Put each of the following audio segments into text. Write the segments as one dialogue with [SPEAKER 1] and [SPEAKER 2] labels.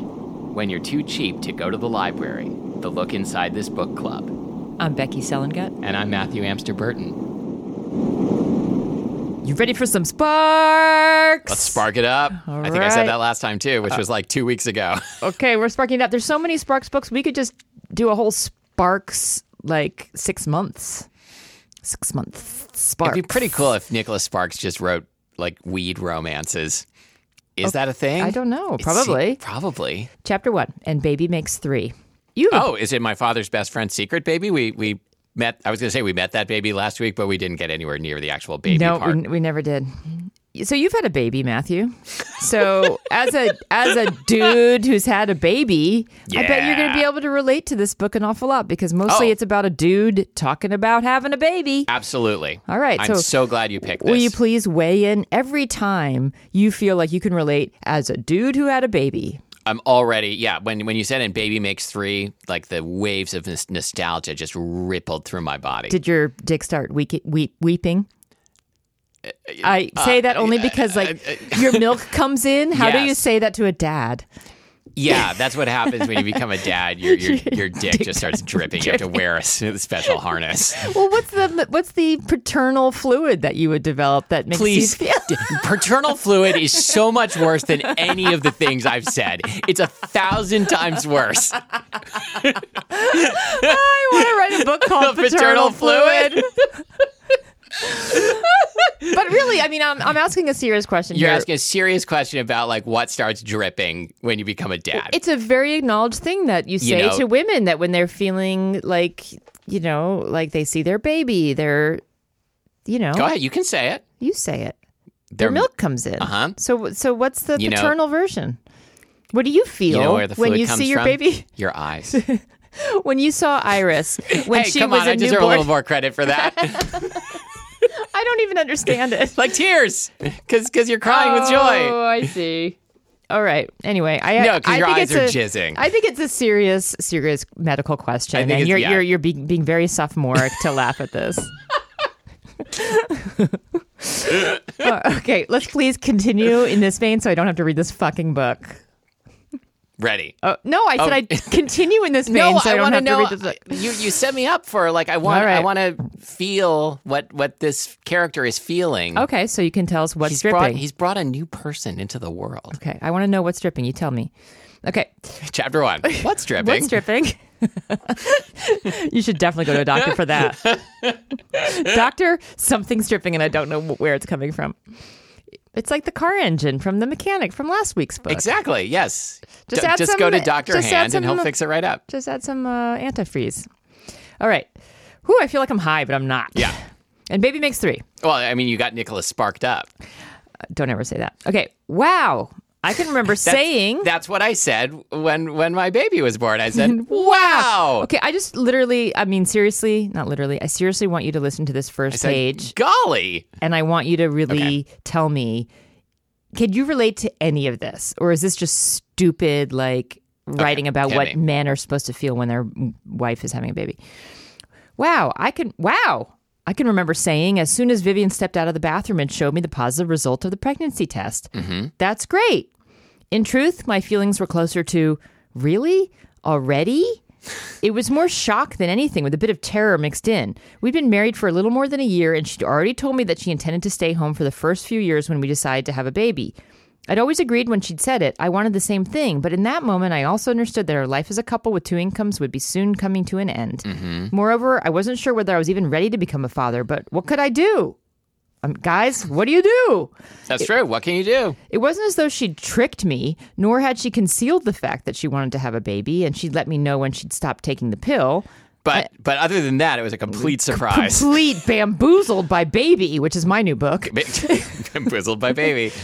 [SPEAKER 1] when you're too cheap to go to the library, the look inside this book club.
[SPEAKER 2] I'm Becky Selengut.
[SPEAKER 1] And I'm Matthew Amster Burton.
[SPEAKER 2] You ready for some sparks?
[SPEAKER 1] Let's spark it up. I think I
[SPEAKER 2] right.
[SPEAKER 1] said that last time too,
[SPEAKER 2] Uh,
[SPEAKER 1] which was like two weeks ago.
[SPEAKER 2] Okay, we're sparking it up. There's so many sparks books. We could just do a whole sparks like six months. Six months sparks.
[SPEAKER 1] It'd be pretty cool if Nicholas Sparks just wrote like weed romances. Is that a thing?
[SPEAKER 2] Oh, I don't know.
[SPEAKER 1] It
[SPEAKER 2] Probably.
[SPEAKER 1] se- probably.
[SPEAKER 2] Chapter one, and baby makes three. You have a-
[SPEAKER 1] Oh, is it my father's best friend's secret baby? We we met. I was going to say we met that baby last week, but we didn't get anywhere near the actual baby
[SPEAKER 2] no,
[SPEAKER 1] part.
[SPEAKER 2] we, we never did. So you've had a baby, Matthew. So as a as a dude who's had a baby, I bet you're going to be
[SPEAKER 1] Yeah.
[SPEAKER 2] able to relate to this book an awful lot because mostly
[SPEAKER 1] Oh.
[SPEAKER 2] it's about a dude talking about having a baby.
[SPEAKER 1] Absolutely.
[SPEAKER 2] All right,
[SPEAKER 1] I'm so,
[SPEAKER 2] so-
[SPEAKER 1] glad you picked this.
[SPEAKER 2] Will you please weigh in every time you feel like you can relate as a dude who had a baby?
[SPEAKER 1] I'm already yeah. When when you said and baby makes three, like the waves of nos- nostalgia just rippled through my body.
[SPEAKER 2] Did your dick start weak, weep, weeping?
[SPEAKER 1] Uh,
[SPEAKER 2] I say that only because, like, your milk comes in. How do you
[SPEAKER 1] Yes.
[SPEAKER 2] say that to a dad?
[SPEAKER 1] yeah, that's what happens when you become a dad. Your your, your dick just starts dripping. You have to wear a s- special harness.
[SPEAKER 2] Well, what's the what's the paternal fluid that you would develop that makes
[SPEAKER 1] Please,
[SPEAKER 2] you feel?
[SPEAKER 1] d- paternal fluid is so much worse than any of the things I've said. It's a thousand times worse.
[SPEAKER 2] I want to write a book called
[SPEAKER 1] Paternal
[SPEAKER 2] Paternal, Fluid. but really, I mean, I'm, I'm asking a serious question.
[SPEAKER 1] You're
[SPEAKER 2] here.
[SPEAKER 1] asking a serious question about like what starts dripping when you become a dad.
[SPEAKER 2] it's a very acknowledged thing that you say
[SPEAKER 1] know-
[SPEAKER 2] to women that when they're feeling like you know like they see their baby they're you know
[SPEAKER 1] Go ahead, you can say it.
[SPEAKER 2] you say it
[SPEAKER 1] Their
[SPEAKER 2] their milk comes in
[SPEAKER 1] Uh-huh.
[SPEAKER 2] so so what's the
[SPEAKER 1] You know-
[SPEAKER 2] paternal version what do you feel
[SPEAKER 1] You know where the fluid
[SPEAKER 2] when you
[SPEAKER 1] comes
[SPEAKER 2] see your
[SPEAKER 1] from?
[SPEAKER 2] baby
[SPEAKER 1] Your eyes.
[SPEAKER 2] when you saw iris when
[SPEAKER 1] hey,
[SPEAKER 2] she
[SPEAKER 1] come
[SPEAKER 2] was
[SPEAKER 1] on,
[SPEAKER 2] a
[SPEAKER 1] I deserve a
[SPEAKER 2] newborn
[SPEAKER 1] little more credit for that.
[SPEAKER 2] i don't even understand it
[SPEAKER 1] like tears, because you're crying with
[SPEAKER 2] Oh,
[SPEAKER 1] joy.
[SPEAKER 2] I see. All right. Anyway, I
[SPEAKER 1] No, 'cause
[SPEAKER 2] I
[SPEAKER 1] your
[SPEAKER 2] think
[SPEAKER 1] eyes
[SPEAKER 2] it's
[SPEAKER 1] are
[SPEAKER 2] a-
[SPEAKER 1] jizzing.
[SPEAKER 2] I think it's a serious, serious medical question,
[SPEAKER 1] think
[SPEAKER 2] and
[SPEAKER 1] it's-
[SPEAKER 2] you're
[SPEAKER 1] yeah.
[SPEAKER 2] you're you're being, being very sophomoric to laugh at this. Oh, okay, let's please continue in this vein, so I don't have to read this fucking book.
[SPEAKER 1] Ready.
[SPEAKER 2] Oh, no, I said
[SPEAKER 1] Oh.
[SPEAKER 2] I continue in this vein, so I, don't
[SPEAKER 1] wanna uh,
[SPEAKER 2] have to read this book.
[SPEAKER 1] You you set me up for like I want
[SPEAKER 2] All right.
[SPEAKER 1] I want to feel what what this character is feeling.
[SPEAKER 2] Okay, so you can tell us what's
[SPEAKER 1] He's brought,
[SPEAKER 2] dripping.
[SPEAKER 1] he's brought a new person into the world.
[SPEAKER 2] okay, I want to know what's dripping. You tell me. Okay,
[SPEAKER 1] Chapter one. What's dripping?
[SPEAKER 2] What's dripping? you should definitely go to a doctor for that. doctor, something's dripping, and I don't know wh- where it's coming from. It's like the car engine from the mechanic from last week's book.
[SPEAKER 1] Exactly. Yes.
[SPEAKER 2] Just
[SPEAKER 1] Ju-
[SPEAKER 2] add
[SPEAKER 1] just
[SPEAKER 2] some-
[SPEAKER 1] go to Doctor
[SPEAKER 2] just add
[SPEAKER 1] Hand and he'll
[SPEAKER 2] some-
[SPEAKER 1] fix it right up.
[SPEAKER 2] Just add some uh, antifreeze. All right. Whew, I feel like I'm high, but I'm not.
[SPEAKER 1] Yeah.
[SPEAKER 2] And baby makes three.
[SPEAKER 1] Well, I mean, you got Nicholas sparked up.
[SPEAKER 2] Don't ever say that. Okay. Wow. I can remember saying.
[SPEAKER 1] That's what I said when when my baby was born. I said, "Wow."
[SPEAKER 2] Okay, I just literally, I mean, seriously, not literally, I seriously want you to listen to this first
[SPEAKER 1] Said,
[SPEAKER 2] page.
[SPEAKER 1] Golly.
[SPEAKER 2] and I want you to really tell me can you relate to any of this or is this just stupid like writing about
[SPEAKER 1] hit
[SPEAKER 2] what
[SPEAKER 1] me.
[SPEAKER 2] men are supposed to feel when their m- wife is having a baby wow i can wow i can remember saying as soon as vivian stepped out of the bathroom and showed me the positive result of the pregnancy test
[SPEAKER 1] Mm-hmm.
[SPEAKER 2] that's great in truth my feelings were closer to really already it was more shock than anything, with a bit of terror mixed in. We'd been married for a little more than a year, and she'd already told me that she intended to stay home for the first few years when we decided to have a baby. I'd always agreed when she'd said it. I wanted the same thing, but in that moment, I also understood that our life as a couple with two incomes would be soon coming to an end. Moreover, I wasn't sure whether I was even ready to become a father, but what could I do? Um, guys, what do you do?
[SPEAKER 1] That's true. What can you do?
[SPEAKER 2] It wasn't as though she'd tricked me, nor had she concealed the fact that she wanted to have a baby and she'd let me know when she'd stopped taking the pill.
[SPEAKER 1] But but other than that, it was a complete surprise.
[SPEAKER 2] Complete bamboozled by baby, which is my new book.
[SPEAKER 1] Bamboozled by baby.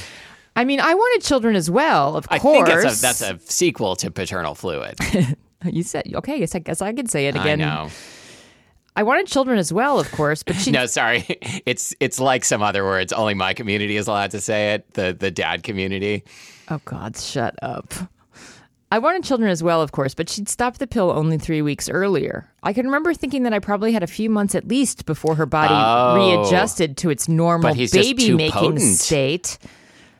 [SPEAKER 2] I mean, I wanted children as well, of
[SPEAKER 1] I think
[SPEAKER 2] course.
[SPEAKER 1] that's a, that's a sequel to Paternal Fluid.
[SPEAKER 2] you said okay. I guess I guess I could say it
[SPEAKER 1] I
[SPEAKER 2] again.
[SPEAKER 1] know.
[SPEAKER 2] I wanted children as well, of course, but she
[SPEAKER 1] No, sorry. It's it's like some other words. Only my community is allowed to say it. The the dad community.
[SPEAKER 2] Oh God, shut up. I wanted children as well, of course, but she'd stopped the pill only three weeks earlier. I can remember thinking that I probably had a few months at least before her body
[SPEAKER 1] Oh.
[SPEAKER 2] readjusted to its normal
[SPEAKER 1] But he's just too
[SPEAKER 2] baby making
[SPEAKER 1] potent.
[SPEAKER 2] state.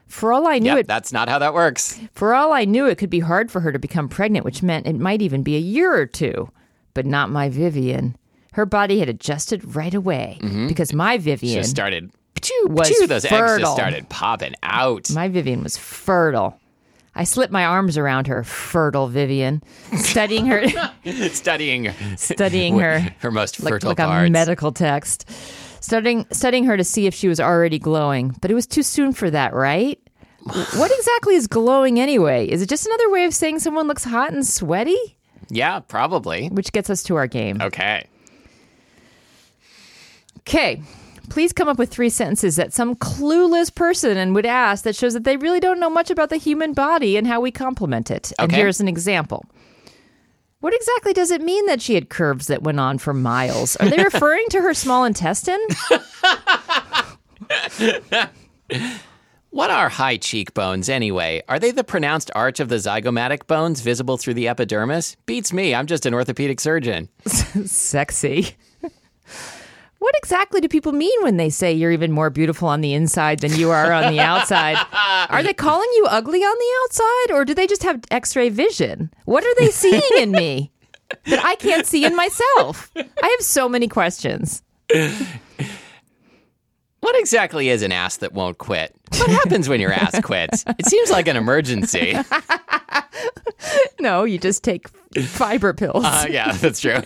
[SPEAKER 2] For all I knew,
[SPEAKER 1] Yep,
[SPEAKER 2] it
[SPEAKER 1] that's not how that works.
[SPEAKER 2] for all I knew, it could be hard for her to become pregnant, which meant it might even be a year or two. But not my Vivian. Her body had adjusted right away because my Vivian,
[SPEAKER 1] Mm-hmm. Just started.
[SPEAKER 2] was
[SPEAKER 1] Phew, those eggs
[SPEAKER 2] fertile.
[SPEAKER 1] just started popping out.
[SPEAKER 2] my Vivian was fertile. I slipped my arms around her, fertile Vivian, studying her,
[SPEAKER 1] studying
[SPEAKER 2] studying her.
[SPEAKER 1] her most
[SPEAKER 2] like,
[SPEAKER 1] fertile
[SPEAKER 2] like a
[SPEAKER 1] parts.
[SPEAKER 2] medical text. Studying, studying her to see if she was already glowing, but it was too soon for that, right? what exactly is glowing anyway? Is it just another way of saying someone looks hot and sweaty?
[SPEAKER 1] yeah, probably.
[SPEAKER 2] Which gets us to our game.
[SPEAKER 1] Okay.
[SPEAKER 2] Okay. Please come up with three sentences that some clueless person would ask that shows that they really don't know much about the human body and how we complement it. And
[SPEAKER 1] Okay.
[SPEAKER 2] here's an example. What exactly does it mean that she had curves that went on for miles? Are they referring to her small intestine?
[SPEAKER 1] What are high cheekbones anyway? Are they the pronounced arch of the zygomatic bones visible through the epidermis? Beats me. I'm just an orthopedic surgeon.
[SPEAKER 2] Sexy. what exactly do people mean when they say you're even more beautiful on the inside than you are on the outside? Are they calling you ugly on the outside or do they just have x ray vision? What are they seeing in me that I can't see in myself? I have so many questions.
[SPEAKER 1] What exactly is an ass that won't quit? What happens when your ass quits? It seems like an emergency.
[SPEAKER 2] No, you just take fiber pills.
[SPEAKER 1] Uh, yeah, that's true.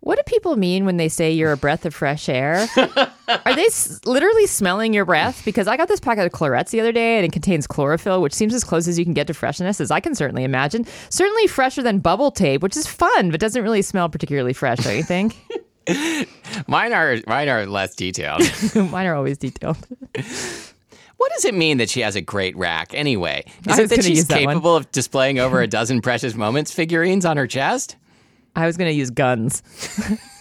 [SPEAKER 2] What do people mean when they say you're a breath of fresh air? Are they s- literally smelling your breath? Because I got this packet of Clarets the other day and it contains chlorophyll, which seems as close as you can get to freshness, as I can certainly imagine. Certainly fresher than bubble tape, which is fun, but doesn't really smell particularly fresh, don't you think?
[SPEAKER 1] Mine are mine are less detailed.
[SPEAKER 2] Mine are always detailed.
[SPEAKER 1] What does it mean that she has a great rack anyway? Is
[SPEAKER 2] I
[SPEAKER 1] it
[SPEAKER 2] was
[SPEAKER 1] that
[SPEAKER 2] gonna
[SPEAKER 1] she's
[SPEAKER 2] use that one.
[SPEAKER 1] capable of displaying over a dozen precious moments figurines on her chest?
[SPEAKER 2] I was going to use guns.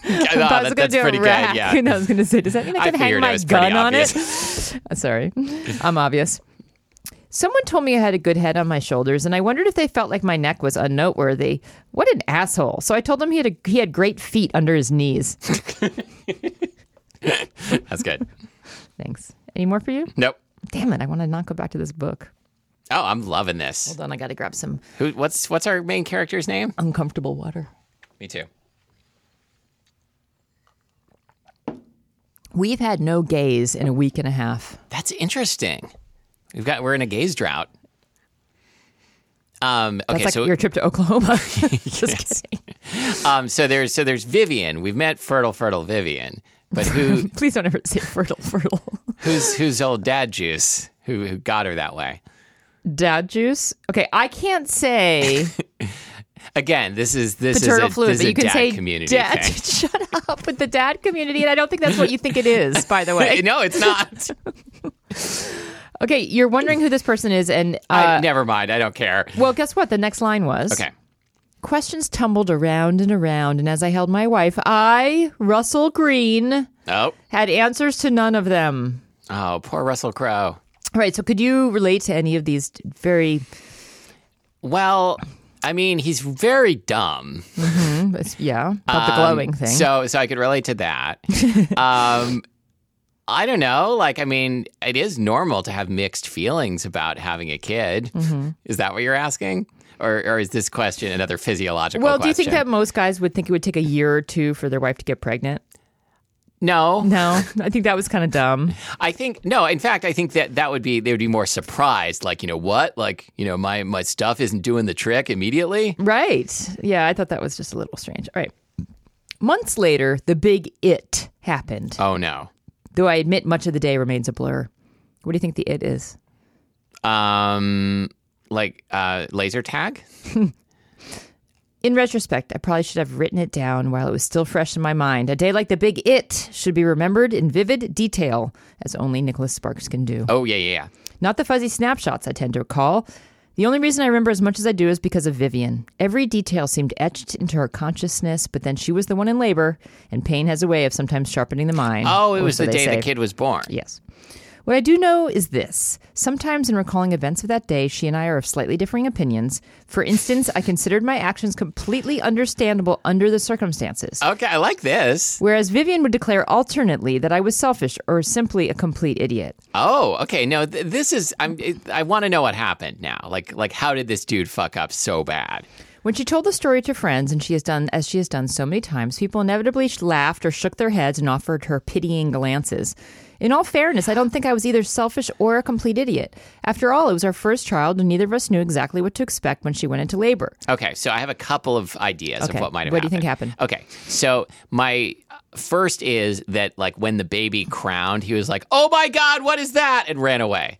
[SPEAKER 1] Yeah, no,
[SPEAKER 2] But I was
[SPEAKER 1] Ah, that-
[SPEAKER 2] going
[SPEAKER 1] that's
[SPEAKER 2] to do
[SPEAKER 1] pretty
[SPEAKER 2] a rack.
[SPEAKER 1] good. Yeah.
[SPEAKER 2] And I was going to say, does that mean I
[SPEAKER 1] I
[SPEAKER 2] can hang
[SPEAKER 1] figured it
[SPEAKER 2] my
[SPEAKER 1] was pretty
[SPEAKER 2] gun on it?
[SPEAKER 1] obvious.
[SPEAKER 2] Uh, Sorry, I'm obvious. Someone told me I had a good head on my shoulders, and I wondered if they felt like my neck was unnoteworthy. What an asshole! So I told them he had a, he had great feet under his knees.
[SPEAKER 1] That's good.
[SPEAKER 2] Thanks. Any more for you?
[SPEAKER 1] Nope.
[SPEAKER 2] Damn it! I want to not go back to this book.
[SPEAKER 1] Oh, I'm loving this.
[SPEAKER 2] Hold on, I got to grab some
[SPEAKER 1] Who? What's what's our main character's name?
[SPEAKER 2] uncomfortable water.
[SPEAKER 1] Me too.
[SPEAKER 2] We've had no gaze in a week and a half.
[SPEAKER 1] That's interesting. We've got we're in a gaze drought. Um, okay,
[SPEAKER 2] That's like
[SPEAKER 1] so
[SPEAKER 2] your trip to Oklahoma. Just kidding.
[SPEAKER 1] um, so there's so there's Vivian. We've met fertile, fertile Vivian, but who
[SPEAKER 2] Please don't ever say fertile, fertile.
[SPEAKER 1] who's who's old dad juice who who got her that way?
[SPEAKER 2] Dad juice. Okay, I can't say.
[SPEAKER 1] Again, this is this
[SPEAKER 2] paternal
[SPEAKER 1] is a,
[SPEAKER 2] fluid,
[SPEAKER 1] this is
[SPEAKER 2] but you
[SPEAKER 1] a
[SPEAKER 2] can
[SPEAKER 1] dad
[SPEAKER 2] say
[SPEAKER 1] community
[SPEAKER 2] dad.
[SPEAKER 1] thing.
[SPEAKER 2] Shut up with the dad community, and I don't think that's what you think it is. By the way, Uh,
[SPEAKER 1] no, it's not.
[SPEAKER 2] okay, you're wondering who this person is, and uh,
[SPEAKER 1] I, never mind. I don't care.
[SPEAKER 2] well, guess what? The next line was
[SPEAKER 1] Okay.
[SPEAKER 2] Questions tumbled around and around, and as I held my wife, I, Russell Green,
[SPEAKER 1] Oh,
[SPEAKER 2] had answers to none of them.
[SPEAKER 1] oh, poor Russell Crowe.
[SPEAKER 2] All right, so could you relate to any of these very?
[SPEAKER 1] Well, I mean, he's very dumb.
[SPEAKER 2] hmm, Yeah, about the glowing thing.
[SPEAKER 1] So, so I could relate to that. um, I don't know. Like, I mean, it is normal to have mixed feelings about having a kid.
[SPEAKER 2] Mm-hmm.
[SPEAKER 1] Is that what you're asking, or, or is this question another physiological?
[SPEAKER 2] well, do you think
[SPEAKER 1] question?
[SPEAKER 2] that most guys would think it would take a year or two for their wife to get pregnant?
[SPEAKER 1] No,
[SPEAKER 2] No, I think that was kind of dumb.
[SPEAKER 1] I think no. In fact, I think that that would be they would be more surprised. Like, you know what? Like, you know, my my stuff isn't doing the trick immediately.
[SPEAKER 2] Right. Yeah, I thought that was just a little strange. All right. Months later, the big it happened.
[SPEAKER 1] Oh no.
[SPEAKER 2] Though I admit much of the day remains a blur. What do you think the it is?
[SPEAKER 1] Um, like uh, laser tag.
[SPEAKER 2] In retrospect, I probably should have written it down while it was still fresh in my mind. A day like the big it should be remembered in vivid detail, as only Nicholas Sparks can do.
[SPEAKER 1] Oh yeah, yeah, yeah.
[SPEAKER 2] Not the fuzzy snapshots I tend to recall. The only reason I remember as much as I do is because of Vivian. Every detail seemed etched into her consciousness, but then she was the one in labor, and pain has a way of sometimes sharpening the mind.
[SPEAKER 1] Oh, it
[SPEAKER 2] or
[SPEAKER 1] was
[SPEAKER 2] so
[SPEAKER 1] the
[SPEAKER 2] they
[SPEAKER 1] day
[SPEAKER 2] say.
[SPEAKER 1] the kid was born.
[SPEAKER 2] Yes. What I do know is this. Sometimes in recalling events of that day, she and I are of slightly differing opinions. For instance, I considered my actions completely understandable under the circumstances.
[SPEAKER 1] Okay, I like this.
[SPEAKER 2] Whereas Vivian would declare alternately that I was selfish or simply a complete idiot.
[SPEAKER 1] Oh, okay. No, th- this is. I'm. It, I want to know what happened now. Like, like, how did this dude fuck up so bad?
[SPEAKER 2] When she told the story to friends, and she has done as she has done so many times, people inevitably sh- laughed or shook their heads and offered her pitying glances. In all fairness, I don't think I was either selfish or a complete idiot. After all, it was our first child, and neither of us knew exactly what to expect when she went into labor.
[SPEAKER 1] Okay, so I have a couple of ideas
[SPEAKER 2] Okay,
[SPEAKER 1] of what might have
[SPEAKER 2] what do you think
[SPEAKER 1] Okay, so my uh, first is that like when the baby crowned, he was like, "Oh my god, what is that?" and ran away.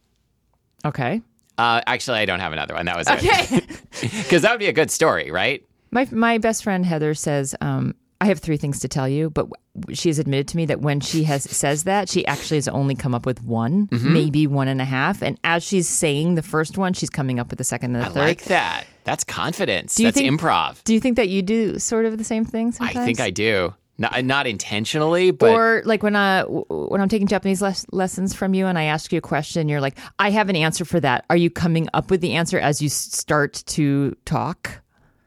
[SPEAKER 2] Okay.
[SPEAKER 1] Uh, actually, I don't have another one. That was
[SPEAKER 2] Okay.
[SPEAKER 1] because that would be a good story, right?
[SPEAKER 2] my my best friend Heather says, um, I have three things to tell you, but w- she has admitted to me that when she has says that, she actually has only come up with one,
[SPEAKER 1] Mm-hmm.
[SPEAKER 2] maybe one and a half. And as she's saying the first one, she's coming up with the second and the
[SPEAKER 1] I
[SPEAKER 2] third.
[SPEAKER 1] like that. That's confidence.
[SPEAKER 2] you
[SPEAKER 1] That's
[SPEAKER 2] think-
[SPEAKER 1] improv.
[SPEAKER 2] Do you think that you do sort of the same thing sometimes?
[SPEAKER 1] I think I do. Not, not intentionally, but
[SPEAKER 2] or like when I w- when I'm taking Japanese les- lessons from you and I ask you a question, you're like, I have an answer for that. Are you coming up with the answer as you s- start to talk?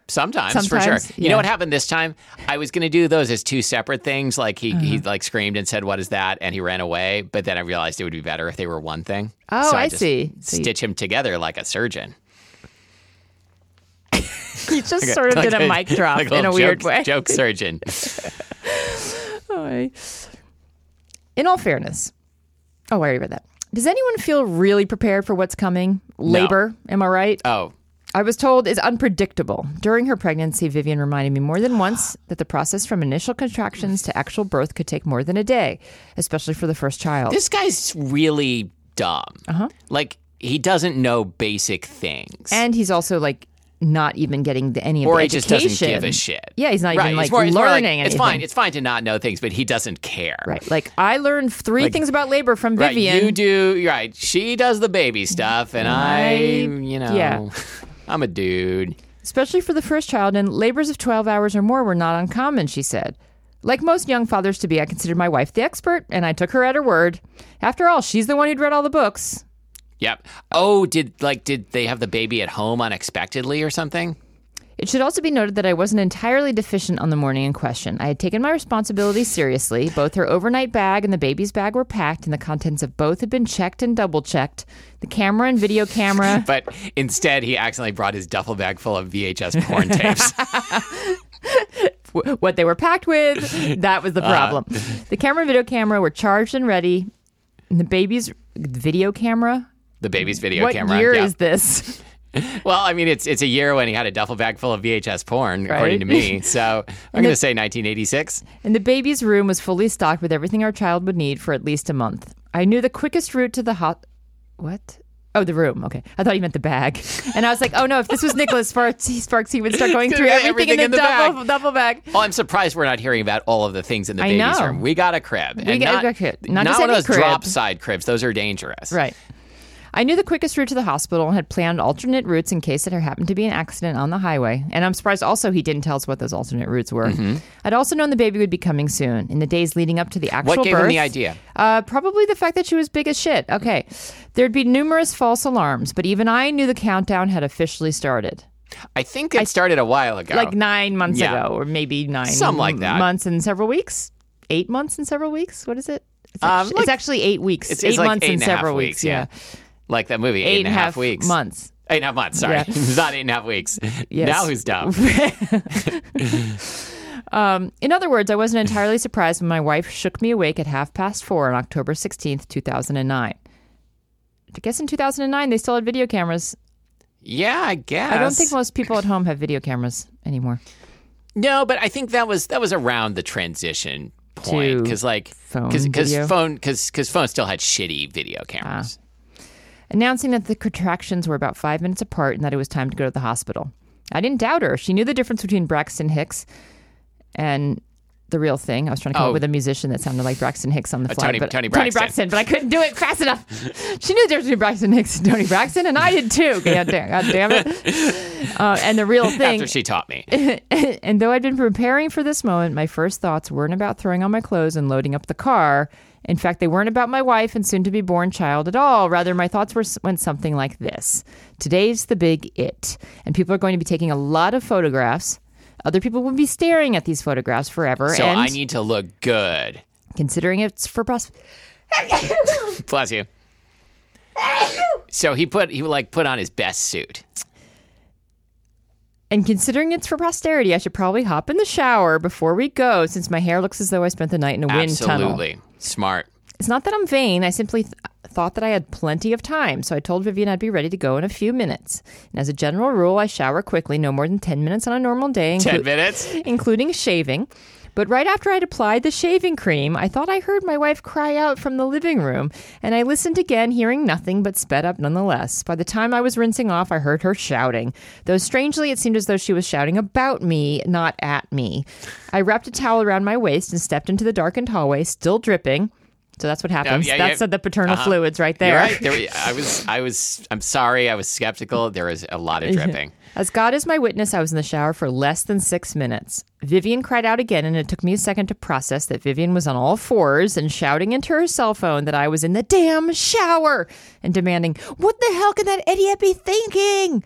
[SPEAKER 1] sometimes, for
[SPEAKER 2] Sometimes,
[SPEAKER 1] sure. You know
[SPEAKER 2] yeah.
[SPEAKER 1] what happened this time? I was going to do those as two separate things. Like he, he
[SPEAKER 2] Mm-hmm.
[SPEAKER 1] like screamed and said, "What is that?" and he ran away. But then I realized it would be better if they were one thing.
[SPEAKER 2] Oh,
[SPEAKER 1] so I,
[SPEAKER 2] I
[SPEAKER 1] just
[SPEAKER 2] see. So you-
[SPEAKER 1] Stitch him together like a surgeon.
[SPEAKER 2] You just sort of
[SPEAKER 1] Like
[SPEAKER 2] did a mic drop
[SPEAKER 1] like
[SPEAKER 2] in a
[SPEAKER 1] little
[SPEAKER 2] weird
[SPEAKER 1] joke-
[SPEAKER 2] way.
[SPEAKER 1] Joke surgeon.
[SPEAKER 2] Hi. In all fairness, oh, I already read that. Does anyone feel really prepared for what's coming? Labor, am I right?
[SPEAKER 1] Oh,
[SPEAKER 2] I was told is unpredictable. During her pregnancy, Vivian reminded me more than once that the process from initial contractions to actual birth could take more than a day, especially for the first child.
[SPEAKER 1] this guy's really dumb. Uh-huh. Like he doesn't know basic things,
[SPEAKER 2] and he's also like not even getting the, any of
[SPEAKER 1] or
[SPEAKER 2] the
[SPEAKER 1] he just
[SPEAKER 2] education.
[SPEAKER 1] doesn't give a shit.
[SPEAKER 2] Yeah, he's not
[SPEAKER 1] Right,
[SPEAKER 2] even like
[SPEAKER 1] it's more, it's more
[SPEAKER 2] learning
[SPEAKER 1] like, It's
[SPEAKER 2] anything.
[SPEAKER 1] fine. It's fine to not know things, but he doesn't care.
[SPEAKER 2] right. Like I learned three things about labor from
[SPEAKER 1] Right,
[SPEAKER 2] Vivian.
[SPEAKER 1] you do right. She does the baby stuff, and I, you know,
[SPEAKER 2] yeah.
[SPEAKER 1] I'm a dude.
[SPEAKER 2] especially for the first child, and labors of 12 hours or more were not uncommon, she said. Like most young fathers to be, I considered my wife the expert, and I took her at her word. After all, she's the one who'd read all the books.
[SPEAKER 1] Yep. Oh, did like did they have the baby at home unexpectedly or something?
[SPEAKER 2] It should also be noted that I wasn't entirely deficient on the morning in question. I had taken my responsibilities seriously. Both her overnight bag and the baby's bag were packed, and the contents of both had been checked and double checked. The camera and video camera.
[SPEAKER 1] But instead, he accidentally brought his duffel bag full of VHS porn tapes.
[SPEAKER 2] w- what they were packed with. That
[SPEAKER 1] Uh-huh.
[SPEAKER 2] was the problem. The camera and video camera were charged and ready. And the baby's video camera.
[SPEAKER 1] the baby's video
[SPEAKER 2] what
[SPEAKER 1] camera.
[SPEAKER 2] year
[SPEAKER 1] yeah.
[SPEAKER 2] is this?
[SPEAKER 1] Well, I mean, it's it's a year when he had a duffel bag full of VHS porn, according to me. So I'm going to say 1986.
[SPEAKER 2] And the baby's room was fully stocked with everything our child would need for at least a month. I knew the quickest route to the hot. What? Oh, the room. Okay, I thought you meant the bag, and I was like, "Oh no! If this was Nicholas Sparks, Sparks, he would start going through everything, in the, double
[SPEAKER 1] bag.
[SPEAKER 2] double bag."
[SPEAKER 1] Oh, I'm surprised we're not hearing about all of the things in the baby's
[SPEAKER 2] know.
[SPEAKER 1] room. We got a crib. We not,
[SPEAKER 2] got- we got a crib. Not
[SPEAKER 1] not
[SPEAKER 2] just
[SPEAKER 1] one of
[SPEAKER 2] any
[SPEAKER 1] those
[SPEAKER 2] crib.
[SPEAKER 1] drop side cribs. Those are dangerous.
[SPEAKER 2] Right. I knew the quickest route to the hospital and had planned alternate routes in case there happened to be an accident on the highway. And I'm surprised also he didn't tell us what those alternate routes were.
[SPEAKER 1] Mm-hmm.
[SPEAKER 2] I'd also known the baby would be coming soon in the days leading up to the actual
[SPEAKER 1] gave him
[SPEAKER 2] birth.
[SPEAKER 1] the idea?
[SPEAKER 2] Uh, probably the fact that she was big as shit. Okay. There'd be numerous false alarms, but even I knew the countdown had officially started.
[SPEAKER 1] I think it started a while ago.
[SPEAKER 2] Like nine months
[SPEAKER 1] Oh. Yeah.
[SPEAKER 2] ago, or maybe nine
[SPEAKER 1] Something like that.
[SPEAKER 2] months and several weeks? Eight months and several weeks? What is it? It's,
[SPEAKER 1] Um,
[SPEAKER 2] act-
[SPEAKER 1] like-
[SPEAKER 2] it's actually eight weeks.
[SPEAKER 1] It's-
[SPEAKER 2] eight
[SPEAKER 1] it's like
[SPEAKER 2] months
[SPEAKER 1] eight
[SPEAKER 2] and
[SPEAKER 1] and a half
[SPEAKER 2] several
[SPEAKER 1] weeks, yeah. like that movie, eight and a half weeks.
[SPEAKER 2] months.
[SPEAKER 1] Eight and a half months, sorry.
[SPEAKER 2] Yeah.
[SPEAKER 1] it's not eight and a half weeks.
[SPEAKER 2] Yes.
[SPEAKER 1] Now who's dumb?
[SPEAKER 2] In other words, I wasn't entirely surprised when my wife shook me awake at half past four on October 16th, 2009. I guess in 2009, they still had video cameras.
[SPEAKER 1] Yeah, I guess.
[SPEAKER 2] I don't think most people at home have video cameras anymore.
[SPEAKER 1] No, but I think that was that was around the transition point.
[SPEAKER 2] To
[SPEAKER 1] Because like
[SPEAKER 2] phone
[SPEAKER 1] because
[SPEAKER 2] video? Ah.
[SPEAKER 1] phone because phone still had shitty video cameras.
[SPEAKER 2] Announcing that the contractions were about five minutes apart and that it was time to go to the hospital. I didn't doubt her. She knew the difference between Braxton Hicks and the real thing. I was trying to come
[SPEAKER 1] Oh.
[SPEAKER 2] up with a musician that sounded like Braxton Hicks on the fly.
[SPEAKER 1] Tony-
[SPEAKER 2] but,
[SPEAKER 1] Tony
[SPEAKER 2] Braxton, but I couldn't do it fast enough. she knew the difference between Braxton Hicks and Tony Braxton, and I did too. God damn, God damn it. Uh, and the real thing.
[SPEAKER 1] After she taught me.
[SPEAKER 2] and though I'd been preparing for this moment, my first thoughts weren't about throwing on my clothes and loading up the car. In fact, they weren't about my wife and soon to be born child at all. Rather, my thoughts were went something like this. Today's the big it, and people are going to be taking a lot of photographs. Other people will be staring at these photographs forever.
[SPEAKER 1] So
[SPEAKER 2] and
[SPEAKER 1] I need to look good.
[SPEAKER 2] considering it's for pros-
[SPEAKER 1] Bless you. So he put he like put on his best suit.
[SPEAKER 2] And considering it's for posterity, I should probably hop in the shower before we go, since my hair looks as though I spent the night in a wind tunnel.
[SPEAKER 1] Absolutely smart.
[SPEAKER 2] It's not that I'm vain. I simply th- thought that I had plenty of time, so I told Vivian I'd be ready to go in a few minutes. And as a general rule, I shower quickly, no more than 10 minutes on a normal day, inclu-
[SPEAKER 1] Ten minutes.
[SPEAKER 2] including shaving. But right after I'd applied the shaving cream, I thought I heard my wife cry out from the living room, and I listened again, hearing nothing but sped up nonetheless. By the time I was rinsing off, I heard her shouting, though strangely it seemed as though she was shouting about me, not at me. I wrapped a towel around my waist and stepped into the darkened hallway, still dripping. So that's what happens.
[SPEAKER 1] yeah,
[SPEAKER 2] that's
[SPEAKER 1] yeah. Uh-huh.
[SPEAKER 2] the paternal fluids right there.
[SPEAKER 1] You're right. There, I was I was I'm sorry. I was skeptical. There was a lot of dripping.
[SPEAKER 2] As God is my witness, I was in the shower for less than six minutes. Vivian cried out again, and it took me a second to process that Vivian was on all fours and shouting into her cell phone that I was in the damn shower and demanding, What the hell can that idiot be thinking?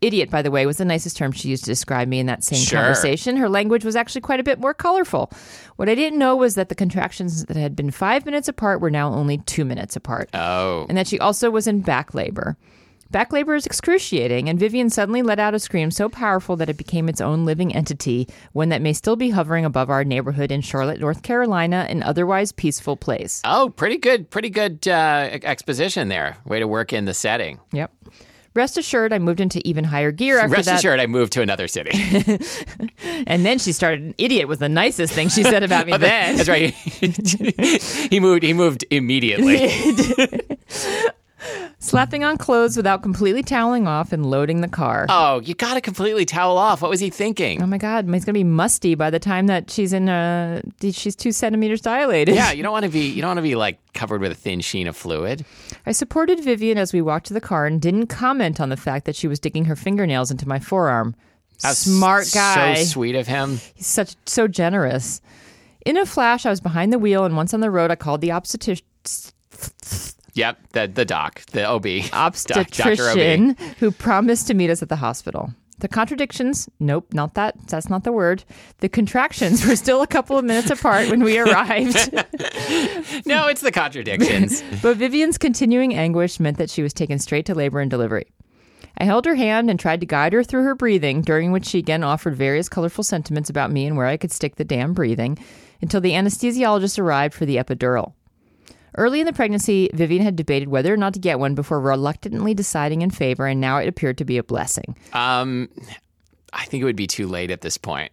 [SPEAKER 2] Idiot, by the way, was the nicest term she used to describe me in that same
[SPEAKER 1] Sure.
[SPEAKER 2] conversation. Her language was actually quite a bit more colorful. What I didn't know was that the contractions that had been five minutes apart were now only two minutes apart
[SPEAKER 1] Oh,
[SPEAKER 2] and that she also was in back labor. Back labor is excruciating, and Vivian suddenly let out a scream so powerful that it became its own living entity, one that may still be hovering above our neighborhood in Charlotte, North Carolina, an otherwise peaceful place.
[SPEAKER 1] oh, pretty good. Pretty good uh, exposition there. Way to work in the setting.
[SPEAKER 2] Yep. Rest assured, I moved into even higher gear after
[SPEAKER 1] Rest
[SPEAKER 2] that.
[SPEAKER 1] assured, I moved to another city.
[SPEAKER 2] And then she started an idiot was the nicest thing she said about me then.
[SPEAKER 1] That's right. he moved. He moved immediately.
[SPEAKER 2] Slapping on clothes without completely toweling off and loading the car.
[SPEAKER 1] Oh, you got to completely towel off. What was he thinking?
[SPEAKER 2] Oh my God, it's gonna be musty by the time that she's in uh she's two centimeters dilated.
[SPEAKER 1] Yeah, you don't want to be. You don't want to be like covered with a thin sheen of fluid.
[SPEAKER 2] I supported Vivian as we walked to the car and didn't comment on the fact that she was digging her fingernails into my forearm.
[SPEAKER 1] How s-
[SPEAKER 2] Smart guy.
[SPEAKER 1] So sweet of him.
[SPEAKER 2] He's such so generous. In a flash, I was behind the wheel, and once on the road, I called the obstetric-
[SPEAKER 1] Yep. The the doc. The OB.
[SPEAKER 2] Ah.
[SPEAKER 1] Doc- Dr. OB.
[SPEAKER 2] obstetrician who promised to meet us at the hospital. The contradictions, nope, not that. That's not the word. The contractions were still a couple of minutes apart when we arrived.
[SPEAKER 1] No, it's the contradictions.
[SPEAKER 2] But Vivian's continuing anguish meant that she was taken straight to labor and delivery. I held her hand and tried to guide her through her breathing, during which she again offered various colorful sentiments about me and where I could stick the damn breathing, until the anesthesiologist arrived for the epidural. Early in the pregnancy, Vivian had debated whether or not to get one before reluctantly deciding in favor, and now it appeared to be a blessing.
[SPEAKER 1] um, I think it would be too late at this point.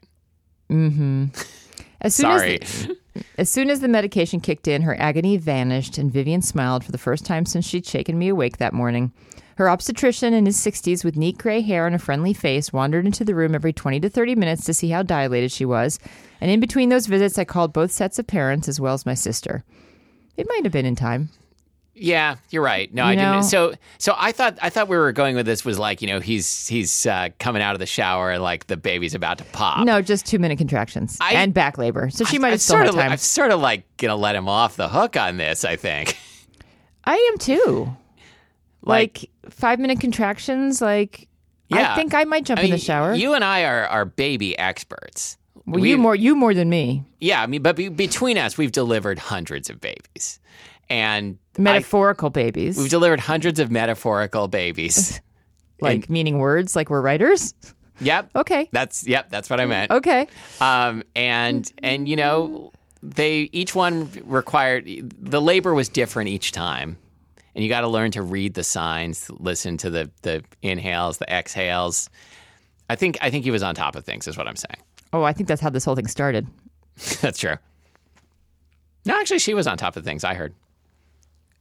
[SPEAKER 2] As soon
[SPEAKER 1] Sorry.
[SPEAKER 2] As As soon as the medication kicked in, her agony vanished, and Vivian smiled for the first time since she'd shaken me awake that morning. Her obstetrician in his 60s, with neat gray hair and a friendly face, wandered into the room every 20 to 30 minutes to see how dilated she was. And in between those visits, I called both sets of parents as well as my sister. It might have been in time.
[SPEAKER 1] Yeah, you're right. No, I
[SPEAKER 2] You know-
[SPEAKER 1] didn't. So, so I thought I thought we were going with this was like you know he's he's uh, coming out of the shower and like the baby's about to pop.
[SPEAKER 2] No, just two minute contractions
[SPEAKER 1] I-
[SPEAKER 2] and back labor. So she might
[SPEAKER 1] I'm
[SPEAKER 2] have still
[SPEAKER 1] sort
[SPEAKER 2] had
[SPEAKER 1] of
[SPEAKER 2] time.
[SPEAKER 1] I'm sort of like gonna let him off the hook on this. I think.
[SPEAKER 2] I am too. Like, five minute contractions, like.
[SPEAKER 1] Yeah.
[SPEAKER 2] I think I might jump
[SPEAKER 1] I mean,
[SPEAKER 2] in the shower.
[SPEAKER 1] You and I are are baby experts.
[SPEAKER 2] well, you more you more than me.
[SPEAKER 1] Yeah, I mean, but be, between us, we've delivered hundreds of babies, and I-
[SPEAKER 2] metaphorical babies
[SPEAKER 1] we've delivered hundreds of metaphorical babies.
[SPEAKER 2] like meaning words like we're writers
[SPEAKER 1] yep.
[SPEAKER 2] okay
[SPEAKER 1] That's yep. That's what I meant.
[SPEAKER 2] okay
[SPEAKER 1] Um, and and you know, they each one required the labor was different each time, and you got to learn to read the signs, listen to the the inhales, the exhales. I think I think he was on top of things, is what I'm saying.
[SPEAKER 2] oh i think that's how this whole thing started
[SPEAKER 1] that's true. No, actually, she was on top of things. I heard.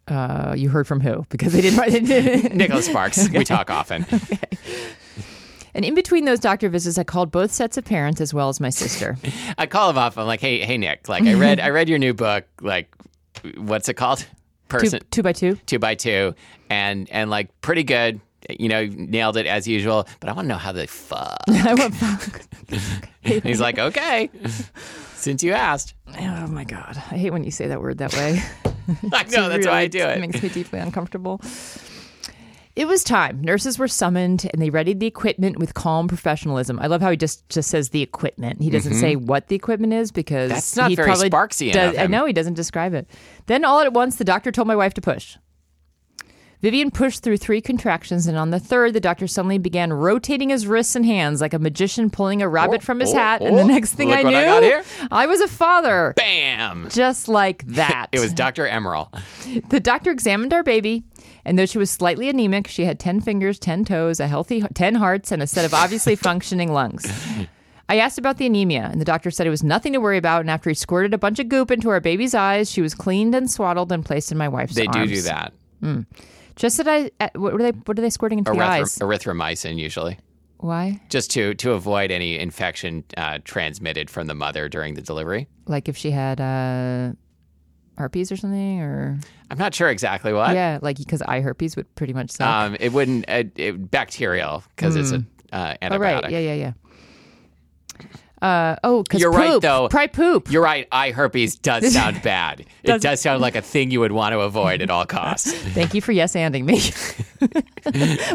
[SPEAKER 2] uh, you heard from who because they didn't write it
[SPEAKER 1] Nicholas Sparks. We talk often.
[SPEAKER 2] and in between those doctor visits i called both sets of parents as well as my sister
[SPEAKER 1] I call him up. I'm like, hey, hey, Nick. Like, I read, I read your new book. Like, what's it called?
[SPEAKER 2] two,
[SPEAKER 1] Person
[SPEAKER 2] two by two
[SPEAKER 1] two by two, and and like pretty good. You know, nailed it as usual. But I want to know how they fuck.
[SPEAKER 2] I went back.
[SPEAKER 1] And he's like, okay. Since you asked,
[SPEAKER 2] Oh my God. I hate when you say that word that way.
[SPEAKER 1] I know that's why I do
[SPEAKER 2] It
[SPEAKER 1] it.
[SPEAKER 2] makes me deeply uncomfortable. It was time. Nurses were summoned and they readied the equipment with calm professionalism. I love how he just, just says the equipment. He doesn't say what the equipment is because
[SPEAKER 1] Mm-hmm. That's not
[SPEAKER 2] he
[SPEAKER 1] very
[SPEAKER 2] probably
[SPEAKER 1] Sparksian of
[SPEAKER 2] does- I
[SPEAKER 1] him.
[SPEAKER 2] know he doesn't describe it. Then all at once, the doctor told my wife to push. Vivian pushed through three contractions, and on the third, the doctor suddenly began rotating his wrists and hands like a magician pulling a rabbit
[SPEAKER 1] Oh,
[SPEAKER 2] from his
[SPEAKER 1] oh,
[SPEAKER 2] hat. and the
[SPEAKER 1] oh,
[SPEAKER 2] next thing
[SPEAKER 1] look
[SPEAKER 2] I knew,
[SPEAKER 1] what I got here.
[SPEAKER 2] I was a father,
[SPEAKER 1] Bam!
[SPEAKER 2] just like that.
[SPEAKER 1] It was Dr. Emerald.
[SPEAKER 2] The doctor examined our baby, and though she was slightly anemic, she had 10 fingers, 10 toes, a healthy 10 hearts, and a set of obviously functioning lungs. I asked about the anemia, and the doctor said it was nothing to worry about. And after he squirted a bunch of goop into our baby's eyes, she was cleaned and swaddled and placed in my wife's
[SPEAKER 1] They
[SPEAKER 2] arms.
[SPEAKER 1] do do that.
[SPEAKER 2] Just that I, uh, what are they? What are they squirting into the eyes?
[SPEAKER 1] Erythrom- erythromycin usually.
[SPEAKER 2] Why?
[SPEAKER 1] Just to, to avoid any infection uh, transmitted from the mother during the delivery.
[SPEAKER 2] Like if she had uh, herpes or something, or
[SPEAKER 1] I'm not sure exactly what.
[SPEAKER 2] yeah, like because eye herpes would pretty much suck.
[SPEAKER 1] Um, it wouldn't it, it, bacterial because it's a uh, antibiotic.
[SPEAKER 2] Oh, right? Yeah, yeah, yeah. Uh, oh, because
[SPEAKER 1] You're right, though.
[SPEAKER 2] Probably poop.
[SPEAKER 1] You're right. Eye herpes does sound bad. It does sound like a thing you would want to avoid at all costs.
[SPEAKER 2] Thank you for yes anding me.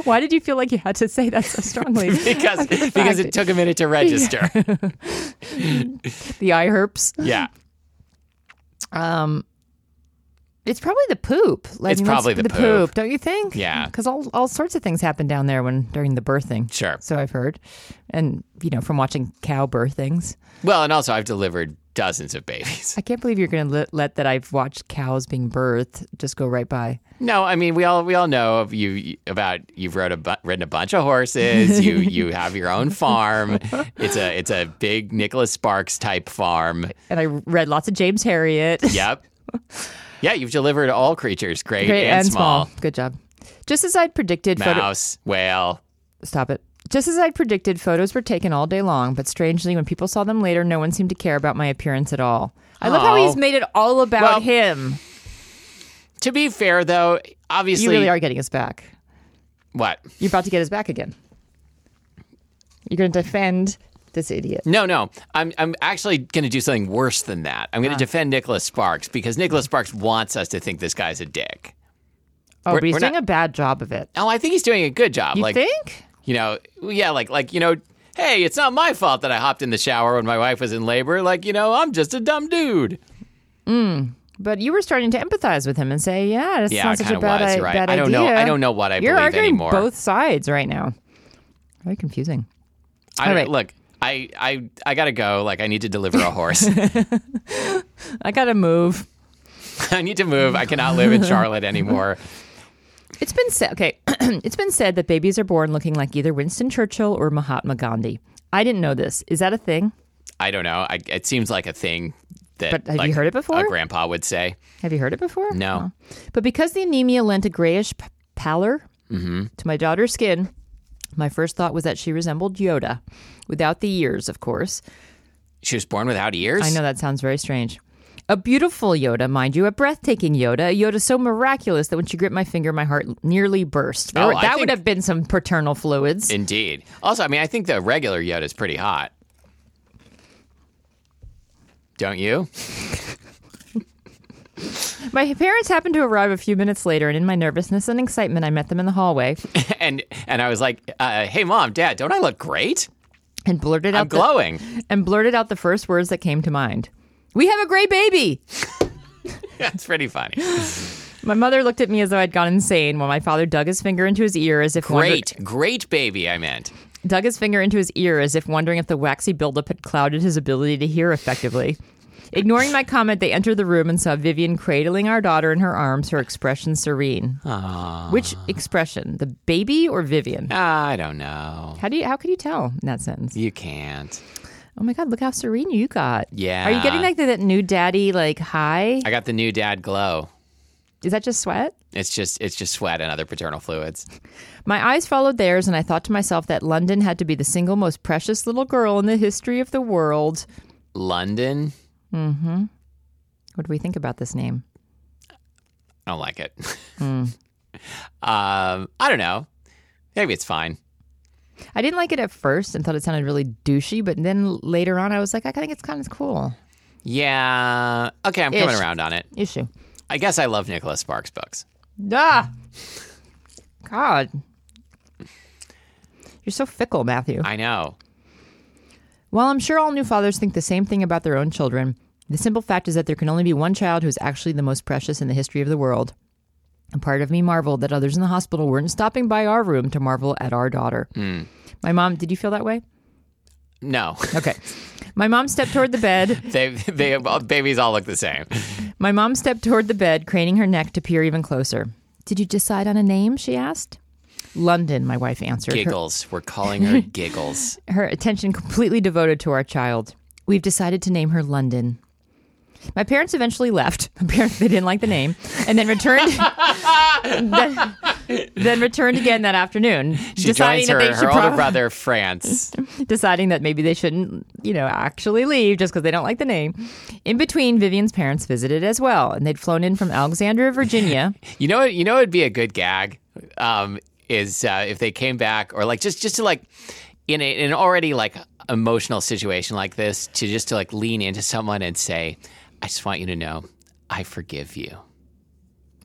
[SPEAKER 2] Why did you feel like you had to say that so strongly?
[SPEAKER 1] because because it took a minute to register.
[SPEAKER 2] the eye herps.
[SPEAKER 1] Yeah,
[SPEAKER 2] It's probably the poop. Like,
[SPEAKER 1] It's
[SPEAKER 2] you know,
[SPEAKER 1] probably the
[SPEAKER 2] the
[SPEAKER 1] poop.
[SPEAKER 2] don't you think?
[SPEAKER 1] Yeah.
[SPEAKER 2] Because all, all sorts of things happen down there when during the birthing.
[SPEAKER 1] sure.
[SPEAKER 2] So I've heard. And, you know, from watching cow birthings.
[SPEAKER 1] Well, and also I've delivered dozens of babies.
[SPEAKER 2] I can't believe you're going to let, let that I've watched cows being birthed just go right by.
[SPEAKER 1] No, I mean we all we all know of you about you've rode a bu- ridden a bunch of horses. You you have your own farm. It's a it's a big Nicholas Sparks type farm.
[SPEAKER 2] And I read lots of James Harriet.
[SPEAKER 1] Yep. Yeah, you've delivered all creatures, great,
[SPEAKER 2] Great
[SPEAKER 1] and, small.
[SPEAKER 2] Good job. Just as I'd predicted, photo-
[SPEAKER 1] Mouse, whale.
[SPEAKER 2] Stop it. Just as I predicted, photos were taken all day long, but strangely, when people saw them later, no one seemed to care about my appearance at all. I love how
[SPEAKER 1] Aw.
[SPEAKER 2] he's made it all about
[SPEAKER 1] Well,
[SPEAKER 2] him.
[SPEAKER 1] To be fair, though, obviously,
[SPEAKER 2] You really are getting us back.
[SPEAKER 1] what?
[SPEAKER 2] You're about to get us back again. You're going to defend this idiot.
[SPEAKER 1] No, no. I'm I'm actually going to do something worse than that. I'm going to
[SPEAKER 2] Uh.
[SPEAKER 1] defend Nicholas Sparks because Nicholas Sparks wants us to think this guy's a dick.
[SPEAKER 2] Oh,
[SPEAKER 1] We're-
[SPEAKER 2] but he's
[SPEAKER 1] we're
[SPEAKER 2] doing
[SPEAKER 1] not-
[SPEAKER 2] a bad job of it.
[SPEAKER 1] Oh, I think he's doing a good job.
[SPEAKER 2] You
[SPEAKER 1] like
[SPEAKER 2] think?
[SPEAKER 1] you know, yeah, like like you know, hey, it's not my fault that I hopped in the shower when my wife was in labor. Like you know, I'm just a dumb dude.
[SPEAKER 2] But you were starting to empathize with him and say, "Yeah, that's
[SPEAKER 1] Yeah, I
[SPEAKER 2] not such a
[SPEAKER 1] kinda
[SPEAKER 2] bad,
[SPEAKER 1] was,
[SPEAKER 2] i-
[SPEAKER 1] you're right.
[SPEAKER 2] bad
[SPEAKER 1] I don't know-
[SPEAKER 2] idea."
[SPEAKER 1] I don't know what I
[SPEAKER 2] You're
[SPEAKER 1] believe
[SPEAKER 2] arguing
[SPEAKER 1] anymore.
[SPEAKER 2] Both sides right now. Very confusing.
[SPEAKER 1] I
[SPEAKER 2] All right.
[SPEAKER 1] look. I, I I gotta go. Like I need to deliver a horse.
[SPEAKER 2] I gotta move.
[SPEAKER 1] I need to move. I cannot live in Charlotte anymore.
[SPEAKER 2] It's been said, okay, it's been said that babies are born looking like either Winston Churchill or Mahatma Gandhi. I didn't know this. Is that a thing?
[SPEAKER 1] I don't know. I, it seems like a thing that.
[SPEAKER 2] But have you
[SPEAKER 1] like,
[SPEAKER 2] heard it before?
[SPEAKER 1] A grandpa would say.
[SPEAKER 2] Have you heard it before? Oh.
[SPEAKER 1] No.
[SPEAKER 2] But because the anemia lent a grayish p- pallor
[SPEAKER 1] Mm-hmm.
[SPEAKER 2] to my daughter's skin, my first thought was that she resembled Yoda, without the ears, of course.
[SPEAKER 1] She was born without ears.
[SPEAKER 2] I know that sounds very strange. A beautiful Yoda, mind you, a breathtaking Yoda, a Yoda so miraculous that when she gripped my finger, my heart nearly burst. There
[SPEAKER 1] Oh,
[SPEAKER 2] were-
[SPEAKER 1] I
[SPEAKER 2] that
[SPEAKER 1] think-
[SPEAKER 2] would have been some paternal fluids.
[SPEAKER 1] Indeed. Also, I mean, I think the regular Yoda is pretty hot. Don't you?
[SPEAKER 2] My parents happened to arrive a few minutes later, and in my nervousness and excitement, I met them in the hallway
[SPEAKER 1] and and I was like, uh, "Hey, mom, dad, don't I look great?
[SPEAKER 2] and blurted
[SPEAKER 1] I'm
[SPEAKER 2] out the,
[SPEAKER 1] glowing."
[SPEAKER 2] and blurted out the first words that came to mind. We have a gray baby.
[SPEAKER 1] That's pretty funny.
[SPEAKER 2] My mother looked at me as though I'd gone insane, while my father dug his finger into his ear as if
[SPEAKER 1] Great, great baby. I meant.
[SPEAKER 2] wonder- dug his finger into his ear as if wondering if the waxy buildup had clouded his ability to hear effectively. Ignoring my comment, they entered the room and saw Vivian cradling our daughter in her arms, her expression serene. Which expression? The baby or Vivian?
[SPEAKER 1] I don't know.
[SPEAKER 2] How do you? How could you tell in that sentence?
[SPEAKER 1] You can't.
[SPEAKER 2] Oh my God, look how serene you got.
[SPEAKER 1] Yeah.
[SPEAKER 2] Are you getting like that new daddy, like, high?
[SPEAKER 1] I got the new dad glow.
[SPEAKER 2] Is that just sweat?
[SPEAKER 1] It's just it's just sweat and other paternal fluids.
[SPEAKER 2] My eyes followed theirs, and I thought to myself that London had to be the single most precious little girl in the history of the world.
[SPEAKER 1] London.
[SPEAKER 2] What do we think about this name?
[SPEAKER 1] I don't like it.
[SPEAKER 2] Hmm.
[SPEAKER 1] um, I don't know. Maybe it's fine.
[SPEAKER 2] I didn't like it at first and thought it sounded really douchey, but then later on I was like, I think it's kind of cool.
[SPEAKER 1] Yeah. Okay, I'm coming
[SPEAKER 2] Ish.
[SPEAKER 1] around on it.
[SPEAKER 2] issue.
[SPEAKER 1] I guess I love Nicholas Sparks books.
[SPEAKER 2] Ah, God, you're so fickle, Matthew.
[SPEAKER 1] I know.
[SPEAKER 2] While I'm sure all new fathers think the same thing about their own children, the simple fact is that there can only be one child who is actually the most precious in the history of the world. And part of me marveled that others in the hospital weren't stopping by our room to marvel at our daughter. My mom, did you feel that way?
[SPEAKER 1] No,
[SPEAKER 2] Okay. My mom stepped toward the bed.
[SPEAKER 1] they they babies all look the same.
[SPEAKER 2] My mom stepped toward the bed, craning her neck to peer even closer. Did you decide on a name? she asked. London, my wife answered. her-
[SPEAKER 1] Giggles. We're calling her Giggles.
[SPEAKER 2] her attention completely devoted to our child. We've decided to name her London. My parents eventually left. Apparently, they didn't like the name, and then returned. then, then returned again that afternoon,
[SPEAKER 1] She joins her,
[SPEAKER 2] that
[SPEAKER 1] her older
[SPEAKER 2] prob-
[SPEAKER 1] brother France.
[SPEAKER 2] deciding that maybe they shouldn't, you know, actually leave just because they don't like the name. In between, Vivian's parents visited as well, and they'd flown in from Alexandria, Virginia.
[SPEAKER 1] You know, what- you know, it'd be a good gag um, is uh, if they came back, or like just just to like in, a, in an already like emotional situation like this, to just to like lean into someone and say, "I just want you to know, I forgive you."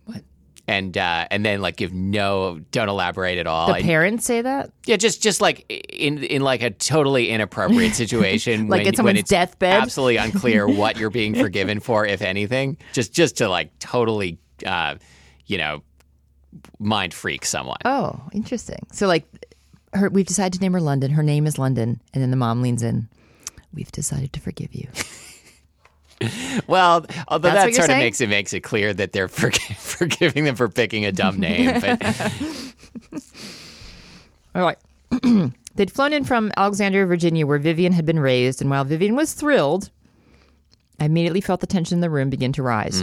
[SPEAKER 1] What? And uh, and then like give no, don't elaborate at all.
[SPEAKER 2] The
[SPEAKER 1] And-
[SPEAKER 2] parents say that,
[SPEAKER 1] yeah, just just like in in like a totally inappropriate situation,
[SPEAKER 2] Like
[SPEAKER 1] when,
[SPEAKER 2] at
[SPEAKER 1] when
[SPEAKER 2] someone's
[SPEAKER 1] it's
[SPEAKER 2] deathbed?
[SPEAKER 1] absolutely unclear what you're being forgiven for, if anything. Just just to like totally, uh, you know, mind freak someone.
[SPEAKER 2] Oh, interesting. So like her we've decided to name her London. Her name is London. And then the mom leans in. We've decided to forgive you.
[SPEAKER 1] Well, although
[SPEAKER 2] That's
[SPEAKER 1] that
[SPEAKER 2] what you're
[SPEAKER 1] sort of
[SPEAKER 2] saying?
[SPEAKER 1] makes it makes it clear that they're forg- forgiving them for picking a dumb name. But
[SPEAKER 2] All right. They'd flown in from Alexandria, Virginia, where Vivian had been raised, and while Vivian was thrilled, I immediately felt the tension in the room begin to rise.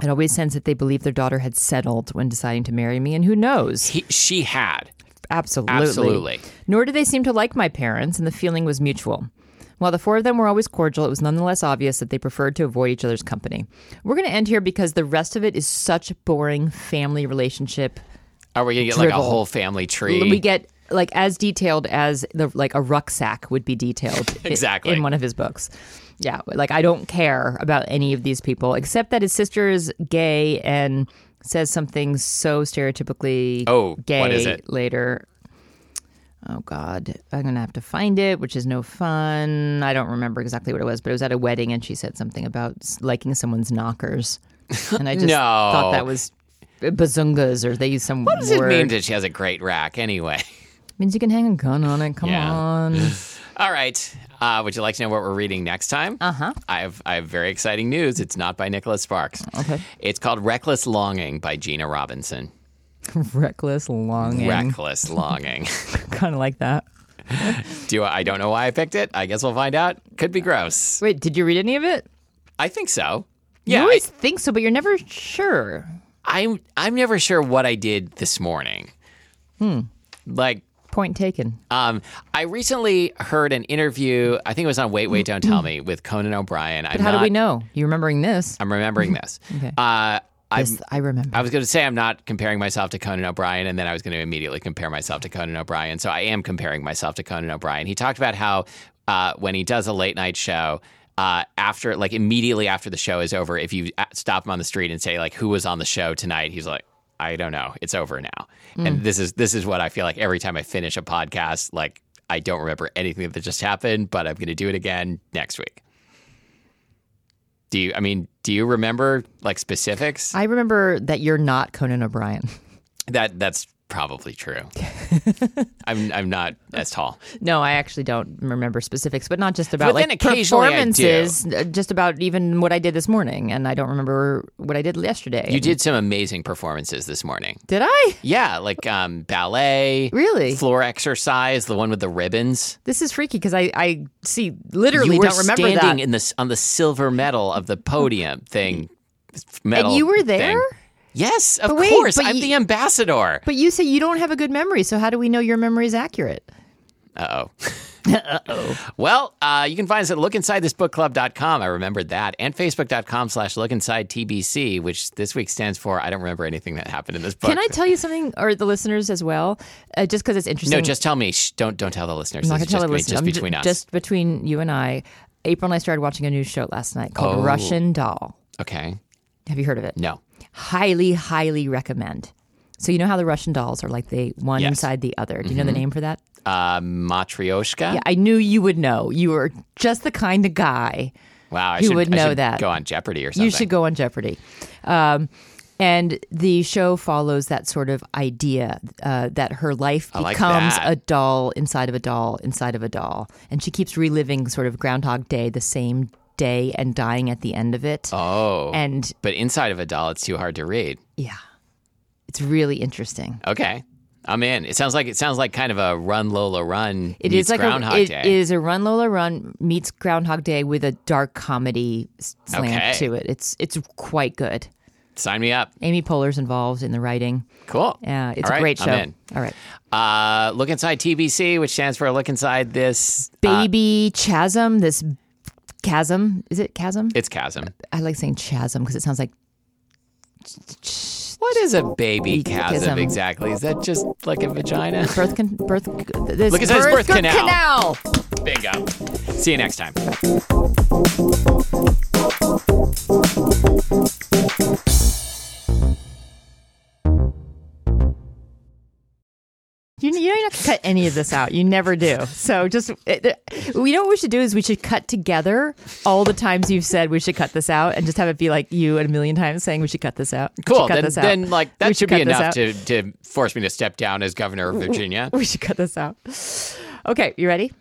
[SPEAKER 2] I'd always sensed that they believed their daughter had settled when deciding to marry me, and who knows?
[SPEAKER 1] he, she had
[SPEAKER 2] Absolutely.
[SPEAKER 1] absolutely.
[SPEAKER 2] Nor did they seem to like my parents, and the feeling was mutual. While the four of them were always cordial, it was nonetheless obvious that they preferred to avoid each other's company. We're going to end here because the rest of it is such a boring family relationship.
[SPEAKER 1] Are we gonna get like a
[SPEAKER 2] Drivel.
[SPEAKER 1] whole family tree?
[SPEAKER 2] We get like as detailed as the like a rucksack would be detailed i-
[SPEAKER 1] Exactly.
[SPEAKER 2] in one of his books. Yeah, like I don't care about any of these people except that his sister is gay and says something so stereotypically
[SPEAKER 1] Oh,
[SPEAKER 2] gay
[SPEAKER 1] what is it?
[SPEAKER 2] later. Oh God, I'm gonna have to find it, which is no fun. I don't remember exactly what it was, but it was at a wedding, and she said something about s- liking someone's knockers, and I just
[SPEAKER 1] No.
[SPEAKER 2] thought that was eh, bazungas, or they use some.
[SPEAKER 1] What does it
[SPEAKER 2] word.
[SPEAKER 1] mean that she has a great rack anyway?
[SPEAKER 2] Means you can hang a gun on it. Come
[SPEAKER 1] Yeah.
[SPEAKER 2] on.
[SPEAKER 1] All right. Uh, would you like to know what we're reading next time? Uh
[SPEAKER 2] Uh-huh.
[SPEAKER 1] huh. I have I have very exciting news. It's not by Nicholas Sparks.
[SPEAKER 2] Okay.
[SPEAKER 1] It's called Reckless Longing by Gina Robinson.
[SPEAKER 2] Reckless longing.
[SPEAKER 1] Reckless Longing.
[SPEAKER 2] kind of like that.
[SPEAKER 1] Do I, I don't know why I picked it. I guess we'll find out. Could be gross.
[SPEAKER 2] Wait, did you read any of it?
[SPEAKER 1] I think so.
[SPEAKER 2] you
[SPEAKER 1] Yeah. I,
[SPEAKER 2] always think so, but you're never sure.
[SPEAKER 1] I'm I'm never sure what I did this morning. Hmm. Like
[SPEAKER 2] Point taken.
[SPEAKER 1] Um, I recently heard an interview. I think it was on Wait, Wait, Don't Tell Me with Conan O'Brien. I'm
[SPEAKER 2] Mm-hmm. How
[SPEAKER 1] not,
[SPEAKER 2] do we know? You remembering this?
[SPEAKER 1] I'm remembering this.
[SPEAKER 2] Okay.
[SPEAKER 1] Uh, I'm
[SPEAKER 2] Yes, I remember.
[SPEAKER 1] I was going to say I'm not comparing myself to Conan O'Brien, and then I was going to immediately compare myself to Conan O'Brien. So I am comparing myself to Conan O'Brien. He talked about how uh, when he does a late night show, uh, after like immediately after the show is over, if you a- stop him on the street and say like who was on the show tonight, he's like. I don't know. It's over now. And this is this is what I feel like every time I finish a podcast like I don't remember anything that just happened, but I'm going to do it again next week. Do you I mean, do you remember like specifics?
[SPEAKER 2] I remember that you're not Conan O'Brien.
[SPEAKER 1] That that's probably true. I'm I'm not as tall.
[SPEAKER 2] No, I actually don't remember specifics, but not just about
[SPEAKER 1] But then
[SPEAKER 2] like
[SPEAKER 1] occasionally I do.
[SPEAKER 2] performances, uh, just about even what I did this morning, and I don't remember what I did yesterday.
[SPEAKER 1] You did some amazing performances this morning.
[SPEAKER 2] Did I?
[SPEAKER 1] Yeah, like um, ballet,
[SPEAKER 2] Really?
[SPEAKER 1] floor exercise, the one with the ribbons.
[SPEAKER 2] This is freaky because I, I see literally
[SPEAKER 1] you were
[SPEAKER 2] don't remember
[SPEAKER 1] standing
[SPEAKER 2] that.
[SPEAKER 1] in this on the silver medal of the podium thing. Medal
[SPEAKER 2] you were
[SPEAKER 1] thing.
[SPEAKER 2] there?
[SPEAKER 1] Yes, of
[SPEAKER 2] But wait,
[SPEAKER 1] course.
[SPEAKER 2] but
[SPEAKER 1] I'm
[SPEAKER 2] you-
[SPEAKER 1] the ambassador.
[SPEAKER 2] But you say you don't have a good memory, so how do we know your memory is accurate?
[SPEAKER 1] Uh oh. Well, uh, you can find us at lookinsidethisbookclub.com. I remembered that. And facebook.com slash lookinsidetbc, which this week stands for I don't remember anything that happened in this book.
[SPEAKER 2] Can I tell you something, or the listeners as well, uh, just because it's interesting?
[SPEAKER 1] No, just tell me. Shh, don't don't tell the listeners.
[SPEAKER 2] I'm not
[SPEAKER 1] This
[SPEAKER 2] going
[SPEAKER 1] is
[SPEAKER 2] to
[SPEAKER 1] just be- Just
[SPEAKER 2] tell the listeners. I'm
[SPEAKER 1] between
[SPEAKER 2] ju-
[SPEAKER 1] us.
[SPEAKER 2] Just between you and I. April and I started watching a new show last night called
[SPEAKER 1] Oh.
[SPEAKER 2] Russian Doll.
[SPEAKER 1] Okay.
[SPEAKER 2] Have you heard of it?
[SPEAKER 1] No.
[SPEAKER 2] Highly, highly recommend. So you know how the Russian dolls are like they one
[SPEAKER 1] Yes. Mm-hmm.
[SPEAKER 2] inside the other. Do you know the name for that?
[SPEAKER 1] Uh, Matryoshka?
[SPEAKER 2] Yeah, I knew you would know. You are just the kind of guy
[SPEAKER 1] Wow. I
[SPEAKER 2] Who
[SPEAKER 1] should,
[SPEAKER 2] would
[SPEAKER 1] I
[SPEAKER 2] know
[SPEAKER 1] should
[SPEAKER 2] that?
[SPEAKER 1] Go on Jeopardy or something.
[SPEAKER 2] You should go on Jeopardy. Um, and the show follows that sort of idea uh, that her life
[SPEAKER 1] like
[SPEAKER 2] becomes
[SPEAKER 1] that.
[SPEAKER 2] a doll inside of a doll inside of a doll. And she keeps reliving sort of Groundhog Day, the same day, and dying at the end of it.
[SPEAKER 1] Oh.
[SPEAKER 2] And
[SPEAKER 1] but inside of a doll, it's too hard to read.
[SPEAKER 2] yeah, it's really interesting.
[SPEAKER 1] Okay. I'm in. It sounds like it sounds like kind of a run Lola run.
[SPEAKER 2] It is
[SPEAKER 1] meets
[SPEAKER 2] like
[SPEAKER 1] Groundhog
[SPEAKER 2] a, it
[SPEAKER 1] Day.
[SPEAKER 2] is a Run Lola Run meets Groundhog Day with a dark comedy s- slant
[SPEAKER 1] Okay.
[SPEAKER 2] to it. It's it's quite good.
[SPEAKER 1] Sign me up.
[SPEAKER 2] Amy Poehler's involved in the writing.
[SPEAKER 1] Cool.
[SPEAKER 2] Uh, it's
[SPEAKER 1] All
[SPEAKER 2] a
[SPEAKER 1] right,
[SPEAKER 2] great
[SPEAKER 1] I'm
[SPEAKER 2] show.
[SPEAKER 1] in.
[SPEAKER 2] All right.
[SPEAKER 1] Uh, look inside TBC, which stands for look inside this. uh,
[SPEAKER 2] baby chasm this chasm is it chasm
[SPEAKER 1] It's chasm.
[SPEAKER 2] i like saying chasm because it sounds like
[SPEAKER 1] What is a baby
[SPEAKER 2] Baby
[SPEAKER 1] chasm,
[SPEAKER 2] chasm.
[SPEAKER 1] exactly? Is that just like a vagina?
[SPEAKER 2] birth con- birth this
[SPEAKER 1] Look, it says birth canal.
[SPEAKER 2] canal.
[SPEAKER 1] Bingo. See you next time.
[SPEAKER 2] You, you don't have to cut any of this out. You never do. So just, it, it- you know what we should do is we should cut together all the times you've said we should cut this out, and just have it be like you a million times saying we should cut this out. We should
[SPEAKER 1] Cool.
[SPEAKER 2] cut
[SPEAKER 1] Then,
[SPEAKER 2] this out.
[SPEAKER 1] then, like that
[SPEAKER 2] We
[SPEAKER 1] should
[SPEAKER 2] cut
[SPEAKER 1] be
[SPEAKER 2] this
[SPEAKER 1] enough
[SPEAKER 2] out.
[SPEAKER 1] to, to force me to step down as governor of Virginia.
[SPEAKER 2] We should cut this out. Okay, you ready?